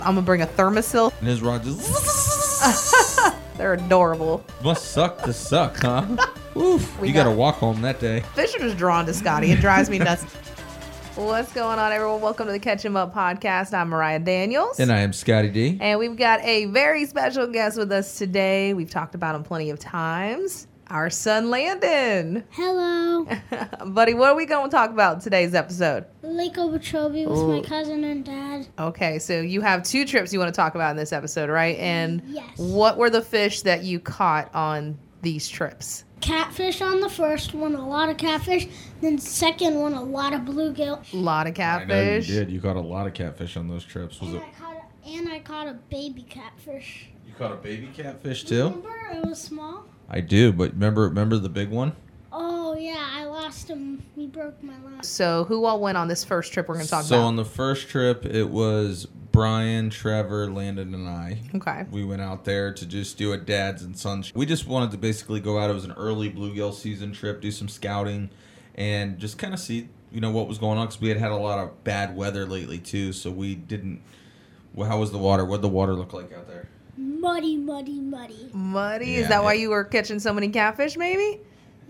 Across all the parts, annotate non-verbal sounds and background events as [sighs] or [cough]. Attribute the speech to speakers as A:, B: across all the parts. A: I'm gonna bring a thermosil.
B: And his rod just [laughs]
A: They're adorable.
B: must suck to suck,
A: [laughs]
B: huh? Oof,
A: We
B: you gotta
A: got-
B: walk home that day.
A: Fish are just drawn to Scotty. It drives
B: [laughs]
A: me nuts. What's going on, everyone? Welcome to the Catch 'em Up podcast. I'm Mariah Daniels.
B: And I am Scotty D.
A: And we've got a very special guest with us today. We've talked about him plenty of times. Our son Landon.
C: Hello.
A: Buddy, what are we going to talk about in today's episode?
C: Lake Okeechobee with my cousin and dad.
A: Okay, so you have two trips you want to talk about in this episode, right? And
C: Yes.
A: what were the fish that you caught on these trips?
C: Catfish on the first one, a lot of catfish. Then second one, a lot of bluegill.
A: A lot of
B: I know you
A: catfish.
B: did. You caught a lot of catfish on those trips. Was
C: And
B: it?
C: I caught a, and I caught a baby catfish.
B: You caught a baby catfish too?
C: Remember, it was small.
B: I do, but remember, remember the big one?
C: Oh yeah, I lost him. He broke my line.
A: So, who all went on this first trip we're going to talk
B: So
A: about?
B: on the first trip, it was Brian, Trevor, Landon, and I.
A: okay.
B: We went out there to just do a dad's and sons. We just wanted to basically go out. It was an early bluegill season trip, do some scouting, and just kind of see, you know, what was going on because we had had a lot of bad weather lately too. So we didn't. Well, how was the water? What would the water look like out there?
C: Muddy, muddy, muddy.
A: Muddy. Is
B: Yeah,
A: that why
B: it-
A: you were catching so many catfish, maybe?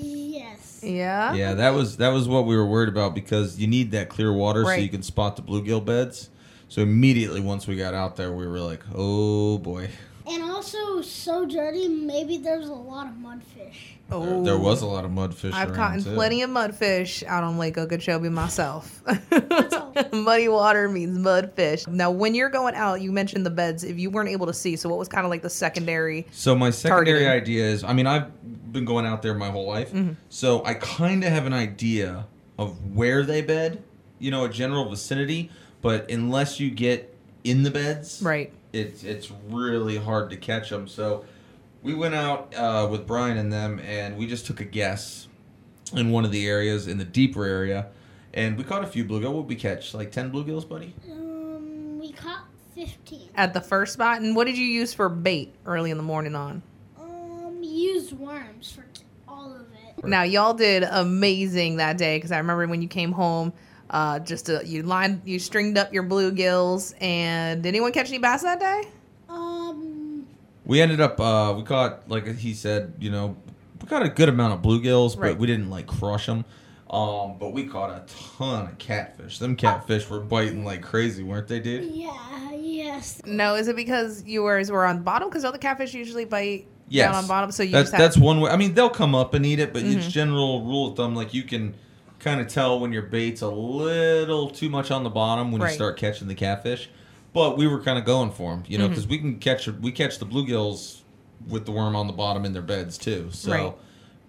C: Yes.
A: Yeah.
B: Yeah, that was that was what we were worried about because you need that clear water so
A: Right.
B: you can spot the bluegill beds. So immediately once we got out there, we were like, oh boy,
C: And also so dirty. Maybe there's a lot of mudfish.
B: there, there was a lot of mudfish.
A: Oh. I've
B: around,
A: caught
B: too.
A: plenty of mudfish out on Lake Okeechobee myself. [laughs]
C: all.
A: Muddy water means mudfish. Now, when you're going out, you mentioned the beds. If you weren't able to see, so what was kind of like the secondary?
B: So my secondary
A: Targeted. Mm-hmm.
B: idea is, I mean, I've been going out there my whole life, so I kind of have an idea of where they bed, you know, a general vicinity. But unless you get in the beds,
A: Right.
B: it's it's really hard to catch them. So we went out uh, with Brian and them, and we just took a guess in one of the areas in the deeper area, and we caught a few bluegill. What did we catch? Like ten bluegills, buddy.
C: Um, we caught 15.
A: At the first spot, and what did you use for bait early in the morning on?
C: Um, used worms for all of it.
A: Now y'all did amazing that day because I remember when you came home, uh, just uh you lined, you stringed up your bluegills, and did anyone catch any bass that day?
C: Um,
B: We ended up uh, we caught like he said, you know, we got a good amount of bluegills,
A: Right.
B: but we didn't like crush them. Um, but we caught a ton of catfish. Them catfish were biting like crazy, weren't they, dude?
C: yeah, yes.
A: No, is it because yours were on bottom? Because all the catfish usually bite
B: Yes.
A: down on bottom, so you
B: that's
A: just have Mm-hmm.
B: that's one way. I mean, they'll come up and eat it, but it's general rule of thumb. Like you can kind of tell when your bait's a little too much on the bottom when
A: Right.
B: you start catching the catfish. But we were kind of going for them, you
A: Mm-hmm.
B: know, because we can catch we catch the bluegills with the worm on the bottom in their beds too. So
A: Right.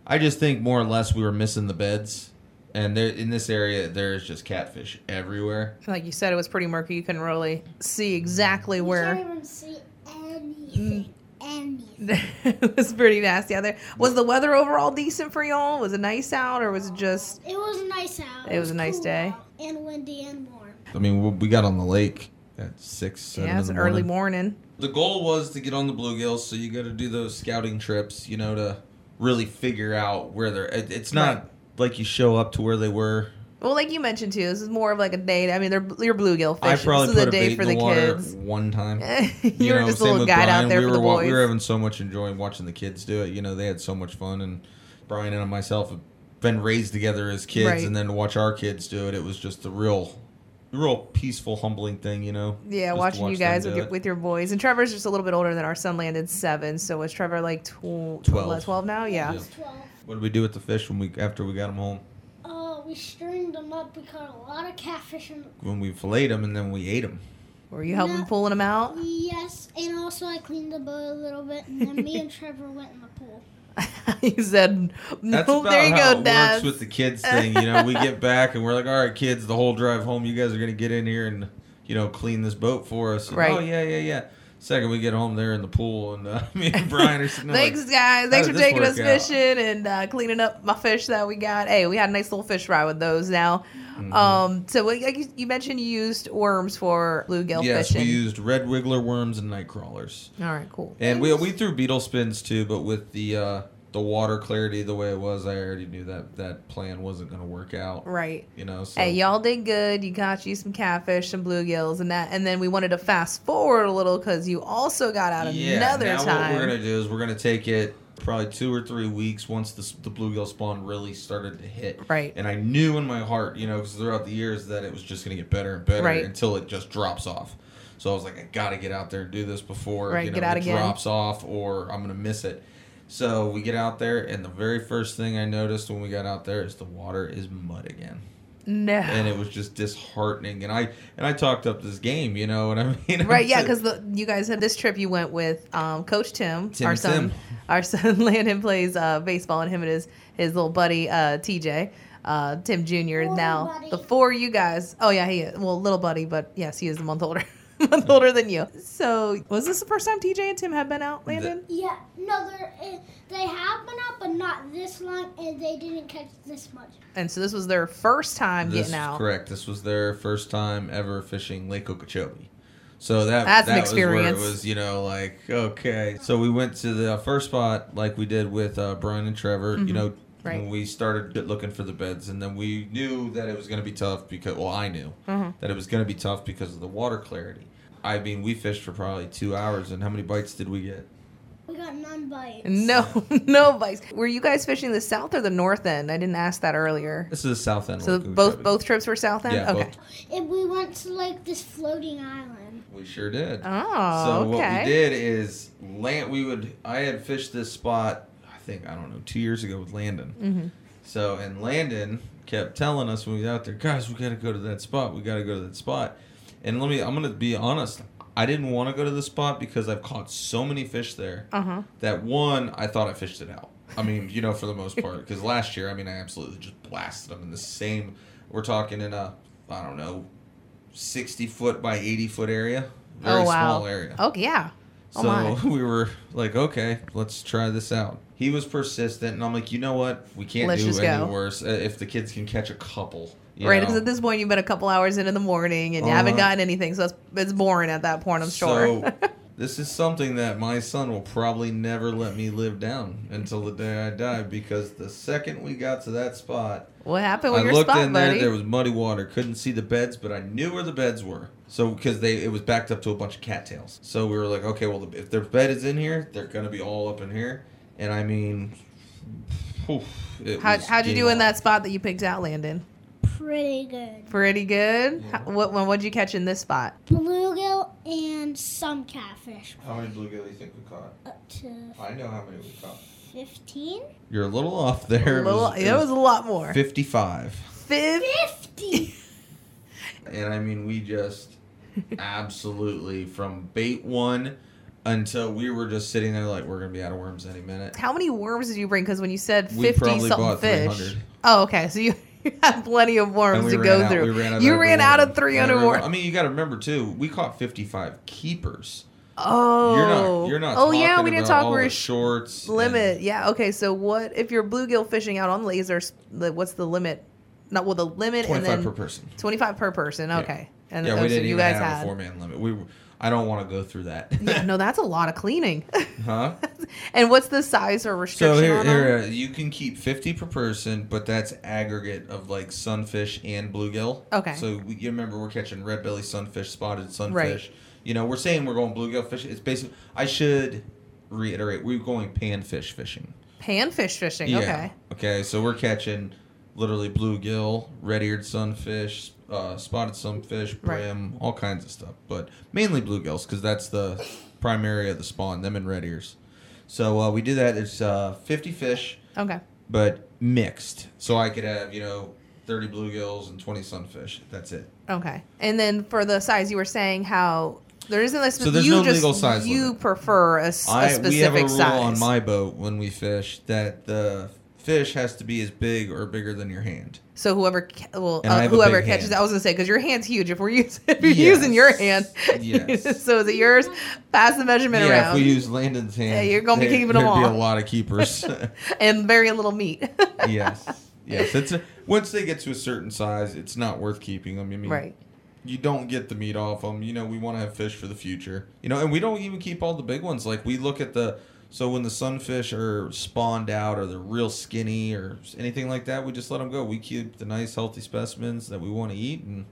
B: I just think more or less we were missing the beds, and there in this area there is just catfish everywhere.
A: like you said, it was pretty murky. You couldn't really see exactly
C: You
A: where. Hmm.
C: can't even see anything. Anything.
A: [laughs] it was pretty nasty out there. Was the weather overall decent for y'all? Was it nice out, or was it just?
C: It was nice out.
A: It was a nice day.
C: out and windy and warm.
B: I mean, we- we got on the lake at six. Seven
A: yeah, it's an
B: in the
A: early
B: morning.
A: morning.
B: The goal was to get on the bluegills, so you got to do those scouting trips, you know, to really figure out where they're. It, it's not
A: Right.
B: like you show up to where they were.
A: Well, like you mentioned too, this is more of like a day. I mean, they're your bluegill fish.
B: I probably
A: this is
B: put
A: a
B: a
A: day
B: bait
A: for
B: in the,
A: the
B: water
A: kids. [laughs] Eh,
B: one time.
A: you, were
B: know,
A: just a
B: same
A: little
B: with
A: guide out
B: Brian.
A: there
B: we
A: for
B: were,
A: the
B: wa-
A: boys.
B: We were having so much enjoying watching the kids do it. You know, they had so much fun, and Brian and myself have been raised together as kids,
A: Right.
B: and then to watch our kids do it, it was just a real, real peaceful, humbling thing. You know.
A: yeah,
B: just to
A: watching you
B: watch them
A: guys
B: do
A: with your,
B: it.
A: with your boys. And Trevor's just a little bit older than our son landed seven. So is Trevor like tw- 12.
B: Twelve.
A: now? Oh, Yeah.
C: It was 12.
B: What did we do with the fish when we after we got them home?
C: Oh, we stringed them up. We caught a lot of catfish. And
B: When we filleted them and then we ate them.
A: Were you helping
C: No.
A: pulling them out? [laughs]
C: yes, and also I cleaned the boat a little bit. And then me
A: [laughs]
C: and Trevor went in the pool.
A: he said,
B: That's
A: "No,
B: about
A: there you
B: how
A: go,
B: it
A: Dad."
B: works with the [laughs] kids thing. You know,
A: [laughs]
B: we get back and we're like, all right, kids, the whole drive home, you guys are gonna get in here and you know clean this boat for us. And,
A: Right.
B: Oh yeah, yeah, yeah. Second, we get home, they're in the pool, and uh, [laughs] me
A: [laughs]
B: and Brian are sitting there
A: Thanks,
B: like,
A: guys. Thanks
B: did
A: for
B: this
A: taking us
B: work out?
A: fishing and uh, cleaning up my fish that we got. Hey, we had a nice little fish fry with those now.
B: "Mm-hmm."
A: Um, so, what- like you, you mentioned, you used worms for bluegill
B: yes,
A: fishing.
B: we used red wiggler worms and night crawlers,
A: All right, cool.
B: and we we threw beetle spins too, but with the uh, the water clarity the way it was, I already knew that that plan wasn't going to work out.
A: Right.
B: You know, so
A: Hey, y'all did good. You got you some catfish, some bluegills, and that. And then we wanted to fast forward a little because you also got out
B: yeah,
A: another
B: now
A: time.
B: what we're going to do is we're going to take it probably two or three weeks once the, s- the bluegill spawn really started to hit.
A: Right.
B: And I knew in my heart, you know, because throughout the years that it was just going to get better and better
A: Right.
B: until it just drops off. So I was like, I got to get out there and do this before
A: Right,
B: you know,
A: get out
B: it
A: again.
B: drops off or I'm going to miss it. So we get out there, and the very first thing I noticed when we got out there is the water is mud again
A: no.
B: and it was just disheartening. And I and I talked up this game, you know what I [laughs] mean?
A: [laughs] Right, yeah, because you guys had this trip. You went with um, Coach Tim,
B: Tim
A: our
B: and
A: son.
B: Tim.
A: Our son [laughs] Landon plays uh, baseball, and him and his his little buddy uh, TJ, uh, Tim Junior.
C: Little
A: Now
C: buddy.
A: the four of you guys. Oh yeah, he is, well little buddy, but yes, he is a month older, [laughs] month older than you. So was this the first time TJ and Tim have been out, Landon?
C: Yeah, no, they're, eh, they have been out, but not this long, and they didn't catch this much.
A: and so this was their first time
B: this is
A: getting out.
B: correct. This was their first time ever fishing Lake Okeechobee. So that
A: That's an
B: that was
A: experience.
B: where it was, you know, like okay. So we went to the uh, first spot like we did with uh, Brian and Trevor. You know,
A: Mm-hmm. Right.
B: when we started looking for the beds, and then we knew that it was going to be tough because well, I knew
A: Mm-hmm.
B: that it was going to be tough because of the water clarity. I mean, we fished for probably two hours, and how many bites did we get?
C: We got none bites.
A: No, [laughs] no bites. Were you guys fishing the south or the north end? I didn't ask that earlier.
B: This is the south end. of
A: So
B: Lake
A: both
B: Okeechobee.
A: both trips were south end.
B: Yeah,
A: okay.
B: both
C: And we went to like this floating island.
B: We sure did.
A: Oh,
B: so
A: okay.
B: what we did is land. We would. I had fished this spot. I think I don't know two years ago with Landon.
A: Mm-hmm.
B: So and Landon kept telling us when we was out there, guys, we gotta go to that spot. We gotta go to that spot. And let me. I'm gonna be honest. I didn't want to go to the spot because I've caught so many fish there
A: Uh huh.
B: that one I thought I fished it out. I mean, you know, for the most part, because last year, I mean, I absolutely just blasted them in the same. We're talking in a, I don't know, sixty foot by eighty foot area, very
A: oh wow.
B: small area.
A: Oh yeah. Oh
B: so [laughs]
A: my.
B: we were like, okay, let's try this out. He was persistent, and I'm like, you know what, we can't
A: Let's
B: do
A: just
B: any
A: go.
B: worse. Uh, If the kids can catch a couple, you
A: Right,
B: know?
A: because at this point you've been a couple hours in in the morning and you haven't
B: Uh-huh.
A: gotten anything, so it's, it's boring at that point. I'm sure. [laughs]
B: So [laughs] this is something that my son will probably never let me live down until the day I die because the second we got to that spot,
A: what happened with
B: I
A: your
B: looked
A: spot,
B: in there.
A: buddy?
B: There was muddy water. Couldn't see the beds, but I knew where the beds were. So because they it was backed up to a bunch of cattails. So we were like, okay, well, the, if their bed is in here, they're gonna be all up in here. And I mean, whew, it
A: How,
B: was
A: how'd you
B: game
A: do in
B: on.
A: that spot that you picked out, Landon?
C: Pretty good.
A: Pretty good.
B: Yeah.
A: How, what one? What'd you catch in this spot?
C: Bluegill and some catfish.
B: How many bluegill do you think we caught?
C: Up to
B: I know how many we caught.
C: 15?
B: You're a little off there.
A: a little,
B: it was,
A: there was a lot more.
B: fifty-five.
A: Fifth.
C: 50!
B: And I mean,
A: [laughs]
B: we just absolutely from bait one until we were just sitting there like we're gonna be out of worms any minute.
A: How many worms did you bring? Because when you said
B: We
A: fifty
B: probably
A: something
B: bought
A: fish.
B: 300.
A: Oh, okay. So you [laughs] had plenty of
B: And
A: worms
B: we
A: to
B: ran
A: go
B: out-
A: through.
B: we ran out
A: you
B: every
A: ran out
B: one.
A: of three hundred
B: Every one.
A: worms.
B: I mean, you got to remember too. We caught fifty-five keepers.
A: oh,
B: You're not. You're not.
A: Oh yeah,
B: talking
A: we didn't
B: about
A: talk.
B: all
A: We're
B: the shorts and-
A: Limit, yeah. Okay, so what if you're bluegill fishing out on lasers? the- What's the limit? Not well, the limit and
B: Twenty-five
A: then
B: per person.
A: twenty-five per person. Okay, and
B: yeah,
A: oh,
B: we
A: so
B: didn't
A: you
B: even
A: guys
B: have a
A: had.
B: four-man limit. We. Were, I don't want to go through that.
A: Yeah, no, that's a lot of cleaning.
B: [laughs]
A: [laughs]
B: huh?
A: and what's the size or restriction
B: So here,
A: on 'em?
B: here uh, you can keep fifty per person, but that's aggregate of like sunfish and bluegill.
A: Okay.
B: So we, you remember we're catching red belly sunfish, spotted sunfish.
A: Right.
B: You know, we're saying we're going bluegill fishing. It's basically. I should reiterate. We're going panfish fishing.
A: Panfish fishing. Okay.
B: Okay, so we're catching literally bluegill, red-eared sunfish, uh, spotted sunfish,
A: Right.
B: brim, all kinds of stuff, but mainly bluegills because that's the primary of the spawn. Them and red ears. So uh, we do that. It's uh, 50 fish,
A: Okay.
B: but mixed. So I could have you know 30 bluegills and 20 sunfish. That's it.
A: Okay. And then for the size, you were saying how there isn't a spe-
B: So there's
A: you
B: no
A: just,
B: legal size
A: You
B: limit.
A: prefer a, s- a
B: I
A: specific
B: we have a rule
A: size.
B: on my boat when we fish that the fish has to be as big or bigger than your hand.
A: so whoever ca- well
B: And I
A: uh,
B: have a
A: whoever
B: big
A: catches
B: hand.
A: I was gonna say because your hand's huge. If we're using [laughs] if you're
B: Yes.
A: using your hand,
B: Yes.
A: [laughs] so is it yours? Pass the measurement
B: yeah,
A: around
B: if we use Landon's hand,
A: Yeah, you're gonna be
B: there-
A: keeping 'em
B: there'd be
A: all.
B: a lot
A: [laughs]
B: of keepers. [laughs]
A: and very little meat. [laughs]
B: yes, yes. It's a, once they get to a certain size, it's not worth keeping them. I mean,
A: right.
B: you don't get the meat off them. You know, we want to have fish for the future. You know, and we don't even keep all the big ones. Like we look at the So when the sunfish are spawned out or they're real skinny or s- anything like that, we just let them go. We keep the nice healthy specimens that we want to eat and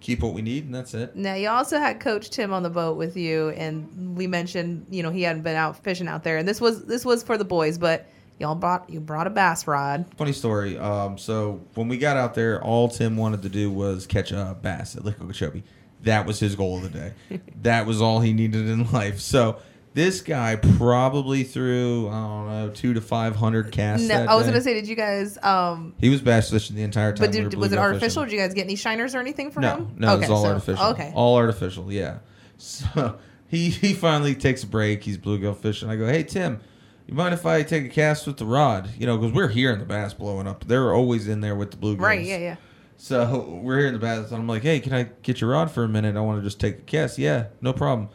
B: keep what we need, and that's it.
A: Now you also had Coach Tim on the boat with you, and we mentioned you know he hadn't been out fishing out there, and this was this was for the boys, but y'all brought you brought a bass rod.
B: Funny story. Um, so when we got out there, all Tim wanted to do was catch a bass at Lake Okeechobee. That was his goal of the
A: [laughs]
B: day. that was all he needed in life. So this guy probably threw I don't know two to five hundred casts.
A: No,
B: that
A: I was
B: day.
A: gonna say, did you guys? um
B: he was bass fishing the entire time.
A: But
B: we
A: did,
B: were
A: was it
B: bluegill
A: artificial?
B: fishing.
A: Did you guys get any shiners or anything for
B: no,
A: him?
B: no, it was all
A: so-
B: artificial.
A: Okay,
B: all artificial. Yeah. [laughs] So he he finally takes a break. He's bluegill fishing. I go, hey Tim, you mind if I take a cast with the rod? You know, because we're hearing the bass blowing up. They're always in there with the bluegills.
A: right, yeah, yeah.
B: So we're here in the bathroom. and I'm like, hey, can I get your rod for a minute? I want to just take a cast. Yeah, no problem.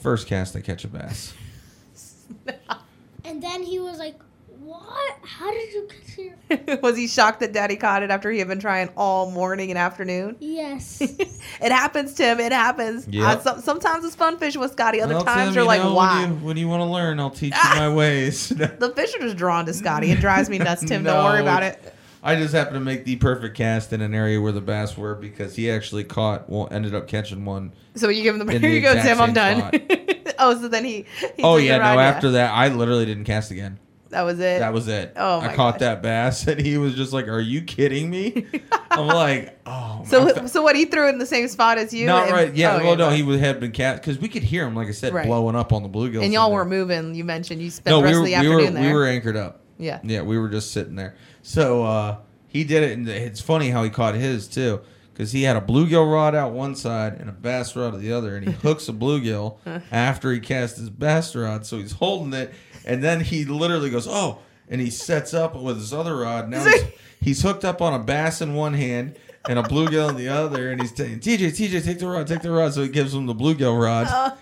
B: First cast, I catch
A: [laughs]
B: a bass.
C: And then he was like, "What? How did you get here?"
A: was he shocked that Daddy caught it after he had been trying all morning and afternoon? [laughs]
C: Yes.
A: it happens, Tim. It happens.
B: Yep.
A: I- some- sometimes it's fun fishing with Scotty. Other
B: Well,
A: times
B: Tim,
A: you're
B: you
A: like,
B: know,
A: why?
B: When you, when you want to learn, I'll teach
A: [laughs]
B: you my ways. [laughs]
A: The fish are just drawn to Scotty. It drives me nuts, Tim. Don't
B: No,
A: worry about it.
B: it's- I just happened to make the perfect cast in an area where the bass were because he actually caught, well, ended up catching one.
A: So you give him the
B: in
A: here
B: the
A: [laughs] you go,
B: exact
A: Tim. I'm
B: same
A: done. [laughs] oh, so then he. he
B: oh
A: took the
B: yeah, no.
A: ride,
B: After that, I literally didn't cast again.
A: that was it.
B: That was it.
A: Oh,
B: I
A: my
B: caught
A: gosh.
B: that bass, and he was just like, "Are you
A: [laughs]
B: kidding me?" I'm like, "Oh." I fe-
A: so so what he threw in the same spot as you.
B: Not
A: and-
B: right. Yeah.
A: oh,
B: well, no,
A: but-
B: he would had been cast because we could hear him, like I said,
A: Right.
B: blowing up on the bluegills.
A: and y'all
B: in there.
A: weren't moving. You mentioned you spent
B: No,
A: the
B: we
A: rest
B: were.
A: of the
B: we
A: afternoon
B: were.
A: there.
B: We were anchored up.
A: yeah.
B: Yeah, we were just sitting there. So uh, he did it, and it's funny how he caught his too, because he had a bluegill rod out one side and a bass rod out the other, and he hooks a bluegill after he casts his bass rod. So he's holding it, and then he literally goes, "Oh!" and he sets up with his other rod. Now he's, he's hooked up on a bass in one hand. And a bluegill in the other, and he's saying, "TJ, TJ, take the rod, take the rod." So he gives him the bluegill rod,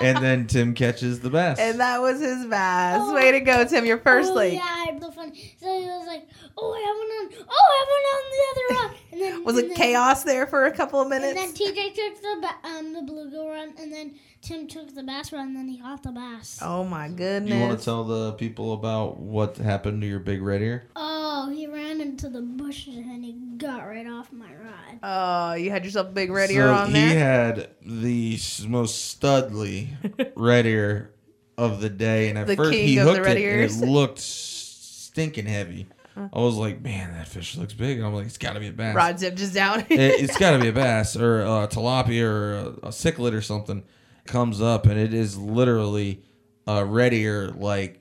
B: and then Tim catches the
A: [laughs]
B: bass.
A: Oh. And that was his bass.
C: Oh.
A: Way to go, Tim. You're first
C: oh,
A: lake.
C: yeah, I'm so funny. So he was like, "Oh, I went on. Oh,
A: [laughs]
C: I went on the other rock." And then
A: Was
C: and
A: it
C: then-
A: chaos there for a couple of
C: And
A: [laughs]
C: then
A: minutes?
C: TJ took the ba- um the bluegill run, and then Tim took the bass run, and then he caught the bass.
A: Oh my
B: You want
A: goodness.
B: to tell the people about what happened to your big red ear?
C: Oh, he ran into the bushes and he got right off my rod.
A: Oh, you had yourself a big red
B: so
A: ear on
B: he
A: there.
B: had the s- most
A: [laughs]
B: studly red ear of the day, and at
A: The
B: first
A: king
B: he
A: of the
B: hooked
A: red
B: it,
A: ears. [laughs]
B: and it looked s- stinking heavy. I was like, man, that fish looks big. And I'm like, it's got to be a bass.
A: Rod zipped just down.
B: it, has got to be a bass or a tilapia or a, a cichlid or something comes up and it is literally a red ear like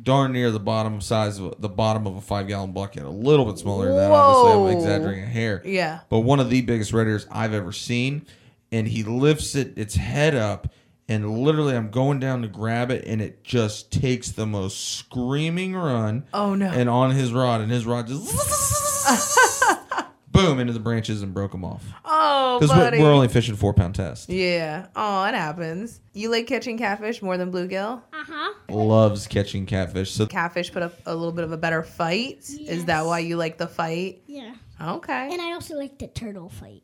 B: darn near the bottom size of the bottom of a five gallon bucket a little bit smaller than that obviously
A: Whoa.
B: i'm exaggerating a hair
A: [laughs] yeah.
B: but one of the biggest red ears i've ever seen and he lifts it its head up and literally i'm going down to grab it and it just takes the most screaming run
A: Oh no.
B: and on his rod and his rod just [laughs] boom into the branches and broke him off
A: oh,
B: because
A: buddy.
B: we're, we're only fishing four pound test.
A: yeah. Oh, it happens. You like catching catfish more than bluegill?
C: Uh huh.
A: Oh.
B: Loves catching catfish. So
A: Catfish put up a little bit of a better fight. Is that
C: Yes.
A: why you like the fight?
C: Yeah.
A: Okay.
C: And I also like the turtle fight.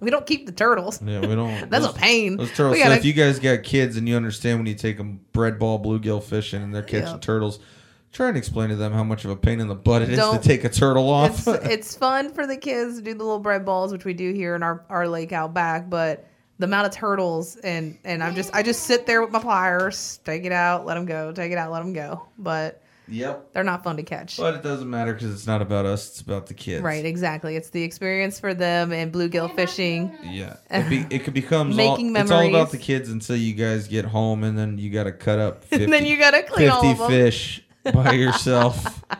A: We don't keep the turtles.
B: yeah, we don't.
A: That's
B: those,
A: a pain.
B: Those turtles.
A: We gotta-
B: so if you guys got kids and you understand when you take them bread ball bluegill fishing and they're catching
A: Yeah.
B: turtles, try and explain to them how much of a pain in the butt it is
A: Don't-
B: to take a turtle
A: it's
B: [laughs] off.
A: it's fun for the kids to do the little bread balls, which we do here in our, our lake out back, but the amount of turtles and and I'm just I just sit there with my pliers, take it out, let them go, take it out, let them go. But
B: yep.
A: they're not fun to catch.
B: But it doesn't matter because it's not about us. It's about the kids.
A: Right, exactly. It's the experience for them and bluegill fishing.
B: Yeah, it, be, it could
A: [sighs]
B: becomes
A: Making
B: all, It's all
A: memories.
B: about the kids until you guys get home, and then you got to cut up.
A: [laughs] [laughs]
B: 50,
A: And then you gotta clean
B: 50
A: all of them.
B: fish by yourself.
A: [laughs]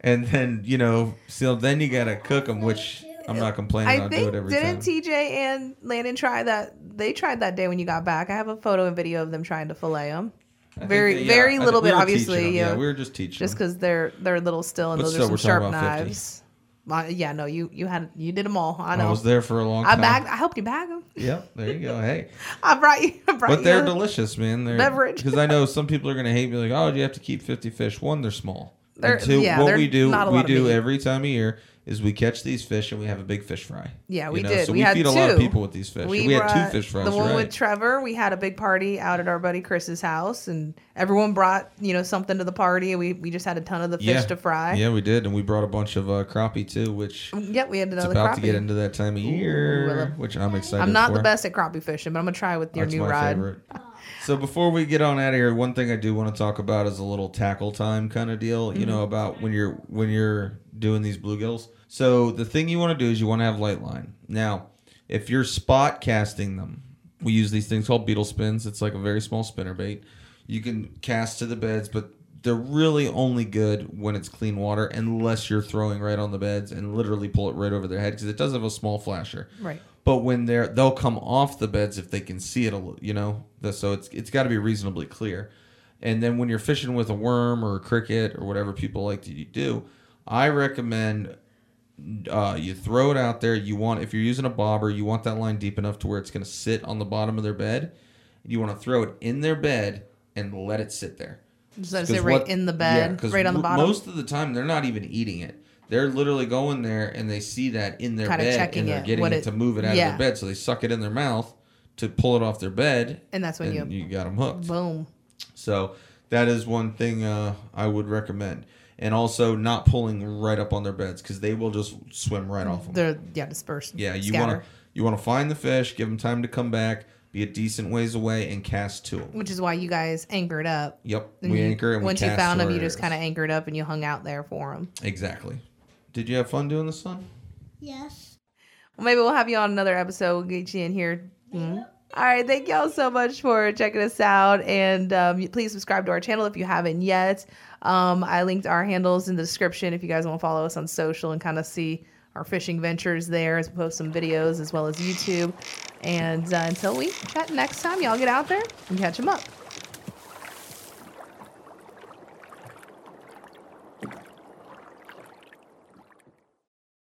B: and then, you know, so then you got to cook them, which I'm not complaining.
A: I
B: I'll
A: think
B: do it every
A: didn't
B: time.
A: TJ and Landon try that? They tried that day when you got back. I have a photo and video of them trying to fillet them,
B: I think
A: very-
B: that-
A: very
B: I think
A: little
B: we
A: bit,
B: were
A: obviously,
B: teaching 'em.
A: yeah.
B: Yeah, we were just teaching.
A: just
B: 'em.
A: because they're they're little still and
B: But
A: those
B: still,
A: are some
B: we're talking
A: sharp
B: about 50.
A: knives. My- yeah, no, you you had you did them all. I
B: I,
A: know.
B: was there for a long
A: I
B: time.
A: bagged. I helped you bag them.
B: Yep, there you go. Hey,
A: [laughs] I brought you. I brought
B: but
A: you.
B: they're delicious, man. They're,
A: beverage. [laughs]
B: because I know some people are gonna hate me, like, oh, you have to keep 50 fish. One, they're small.
A: They're-
B: and two,
A: yeah,
B: what
A: they're
B: we do,
A: not a
B: we
A: lot of
B: do
A: meat.
B: every time of year is we catch these fish and we have a big fish fry.
A: Yeah,
B: You
A: we
B: know,
A: did.
B: So
A: we
B: we,
A: had
B: feed
A: two.
B: a lot of people with these fish. We, had
A: brought-
B: two fish fries.
A: The one
B: right.
A: with Trevor, we had a big party out at our buddy Chris's house, and everyone brought you know something to the party, and we, we just had a ton of the fish
B: yeah.
A: to fry.
B: Yeah, we did, and we brought a bunch of uh, crappie too, which
A: Yep, we had
B: it's
A: another
B: about
A: crappie.
B: to get into that time of
A: I
B: year,
A: love-
B: which I'm excited.
A: I'm not
B: for.
A: the best at crappie fishing, but I'm gonna try with your
B: That's
A: new
B: my
A: rod.
B: favorite. So before we get on out of here, one thing I do want to talk about is a little tackle time kind of deal. You
A: Mm-hmm.
B: know about when you're when you're doing these bluegills. So the thing you want to do is you want to have light line. Now, if you're spot casting them, we use these things called beetle spins. It's like a very small spinner bait. You can cast to the beds, but they're really only good when it's clean water, unless you're throwing right on the beds and literally pull it right over their head because it does have a small flasher
A: Right.
B: but when they're they'll come off the beds if they can see it a little you know The- so it's it's got to be reasonably clear and then when you're fishing with a worm or a cricket or whatever people like to do i recommend uh, you throw it out there you want if you're using a bobber you want that line deep enough to where it's going to sit on the bottom of their bed you want to throw it in their bed and let it sit there
A: Just let it
B: 'Cause
A: sit right
B: what-
A: in the
B: yeah,
A: bed,
B: 'cause
A: right on the
B: mo-
A: bottom.
B: Most of the time, they're not even eating it. They're literally going there and they see that in their
A: Kinda
B: bed
A: checking
B: and they're
A: it,
B: getting
A: what
B: it,
A: it-
B: to move it out
A: yeah.
B: of their bed. So they suck it in their mouth to pull it off their bed.
A: And that's when
B: and
A: you-
B: you got them hooked.
A: Boom.
B: So that is one thing uh, I would recommend. And also not pulling right up on their beds because they will just swim right off them.
A: They're yeah dispersed.
B: Yeah, you
A: scatter,
B: want to you want to find the fish, give them time to come back, be a decent ways away, and cast to them.
A: which is why you guys anchored up.
B: Yep,
A: And
B: we
A: you-
B: anchor and
A: once
B: we
A: you
B: cast
A: found
B: to
A: them, you
B: where it
A: just kind of
B: is.
A: anchored up and you hung out there for them.
B: Exactly. Did you have fun doing this, son?
C: Yes.
A: Well, maybe we'll have you on another episode. We'll get you in here. Mhm. All right. Thank y'all so much for checking us out. And um, please subscribe to our channel if you haven't yet. Um, I linked our handles in the description if you guys want to follow us on social and kind of see our fishing ventures there as we post some videos as well as YouTube. And uh, until we chat next time, y'all get out there and catch them up.